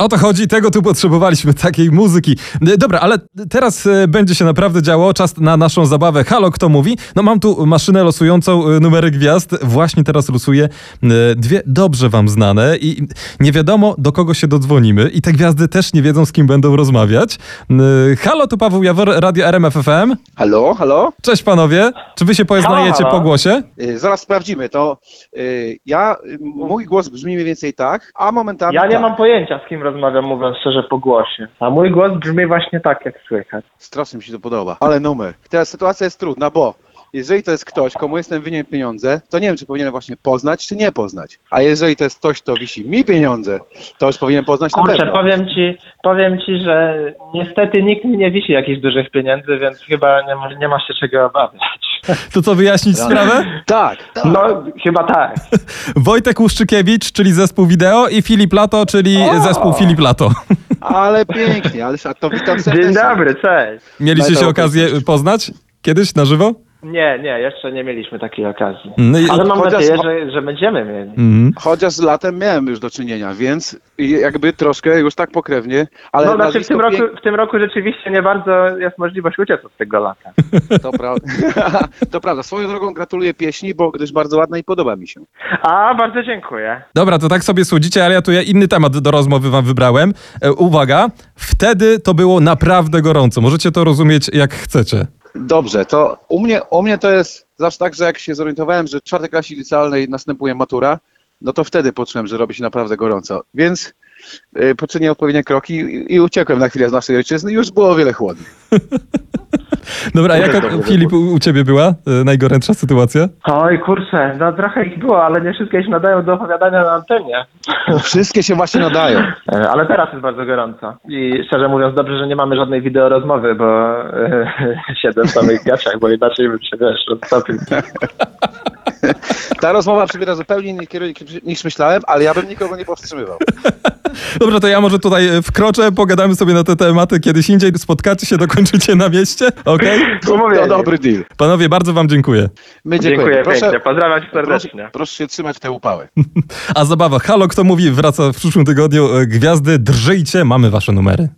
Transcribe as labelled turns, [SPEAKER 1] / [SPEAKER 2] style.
[SPEAKER 1] O to chodzi, tego tu potrzebowaliśmy, takiej muzyki. E, Dobra, ale teraz e, będzie się naprawdę działo, czas na naszą zabawę. Halo, kto mówi? No mam tu maszynę losującą e, numery gwiazd, właśnie teraz losuję e, dwie dobrze wam znane i nie wiadomo do kogo się dodzwonimy i te gwiazdy też nie wiedzą z kim będą rozmawiać. E, Halo, tu Paweł Jawor, Radio RMF FM.
[SPEAKER 2] Halo, halo?
[SPEAKER 1] Cześć panowie, czy wy się poznajecie
[SPEAKER 3] halo.
[SPEAKER 1] po głosie?
[SPEAKER 2] Y, Zaraz sprawdzimy to. y, Ja, y, mój głos brzmi mniej więcej tak, a momentami
[SPEAKER 3] Ja nie
[SPEAKER 2] tak.
[SPEAKER 3] mam pojęcia, z kim rozmawiam, mówiąc szczerze, po głosie. A mój głos brzmi właśnie tak, jak słychać.
[SPEAKER 2] Strasznie mi się to podoba, ale numer. Teraz sytuacja jest trudna, bo jeżeli to jest ktoś, komu jestem winien pieniądze, to nie wiem, czy powinienem właśnie poznać, czy nie poznać. A jeżeli to jest ktoś, kto wisi mi pieniądze, to już powinienem poznać na
[SPEAKER 3] Kurczę,
[SPEAKER 2] pewno.
[SPEAKER 3] powiem ci, powiem ci, że niestety nikt mi nie wisi jakichś dużych pieniędzy, więc chyba nie, ma- nie ma się czego obawiać.
[SPEAKER 1] To co, wyjaśnić sprawę?
[SPEAKER 2] Tak, tak.
[SPEAKER 3] No, chyba tak.
[SPEAKER 1] Wojtek Łuszczykiewicz, czyli zespół Wideo i Filip Lato, czyli
[SPEAKER 2] O!
[SPEAKER 1] zespół Filip Lato.
[SPEAKER 2] ale pięknie, ale a to tak. witam serdecznie.
[SPEAKER 3] Dzień dobry, cześć.
[SPEAKER 1] Mieliście się
[SPEAKER 2] Metal
[SPEAKER 1] okazję poznać kiedyś na żywo?
[SPEAKER 3] Nie, nie, jeszcze nie mieliśmy takiej okazji.
[SPEAKER 1] No i-
[SPEAKER 3] Ale mam
[SPEAKER 2] Mm. Chociaż-
[SPEAKER 3] nadzieję, że, że będziemy mieli.
[SPEAKER 1] Mhm.
[SPEAKER 2] Chociaż z latem miałem już do czynienia, więc jakby troszkę już tak pokrewnie, ale
[SPEAKER 3] No, znaczy w
[SPEAKER 2] nazwisko
[SPEAKER 3] tym, roku,
[SPEAKER 2] piękne.
[SPEAKER 3] w tym roku rzeczywiście nie bardzo jest możliwość uciec od tego lata.
[SPEAKER 2] To, pra... to prawda. Swoją drogą gratuluję pieśni, bo gdyż bardzo ładna i podoba mi się.
[SPEAKER 3] A, bardzo dziękuję.
[SPEAKER 1] Dobra, to tak sobie słodzicie, ale ja tu ja inny temat do rozmowy wam wybrałem. E, uwaga, wtedy to było naprawdę gorąco. Możecie to rozumieć jak chcecie.
[SPEAKER 2] Dobrze, to u mnie, u mnie to jest zawsze tak, że jak się zorientowałem, że w czwartej klasie licealnej następuje matura, no to wtedy poczułem, że robi się naprawdę gorąco. Więc y, poczyniłem odpowiednie kroki i, i uciekłem na chwilę z naszej ojczyzny. Już było o wiele chłodniej.
[SPEAKER 1] Dobra, a
[SPEAKER 2] Dobra,
[SPEAKER 1] jaka
[SPEAKER 2] dobra,
[SPEAKER 1] Filip u, u ciebie była e, najgorętsza sytuacja?
[SPEAKER 3] Oj, kurczę, no trochę ich było, ale nie wszystkie się nadają do opowiadania na antenie.
[SPEAKER 2] Wszystkie się właśnie nadają.
[SPEAKER 3] E, Ale teraz jest bardzo gorąco. I szczerze mówiąc, dobrze, że nie mamy żadnej wideorozmowy, bo e, siedzę w samych gaciach, bo inaczej bym się wiesz, roztopił.
[SPEAKER 2] Ta rozmowa przybiera zupełnie inny kierunek niż myślałem, ale ja bym nikogo nie powstrzymywał.
[SPEAKER 1] Dobra, to ja może tutaj e, wkroczę, pogadamy sobie na te tematy kiedyś indziej. Spotkacie się, dokończycie na mieście, okej?
[SPEAKER 3] Umówienie.
[SPEAKER 2] To dobry deal.
[SPEAKER 1] Panowie, bardzo wam dziękuję.
[SPEAKER 2] My dziękujemy.
[SPEAKER 3] Dziękuję pięknie,
[SPEAKER 2] proszę,
[SPEAKER 3] pozdrawiam cię
[SPEAKER 2] proszę,
[SPEAKER 3] serdecznie.
[SPEAKER 2] proszę się trzymać w te upały.
[SPEAKER 1] A zabawa, halo, kto mówi, wraca w przyszłym tygodniu. E, Gwiazdy, drżyjcie, mamy wasze numery.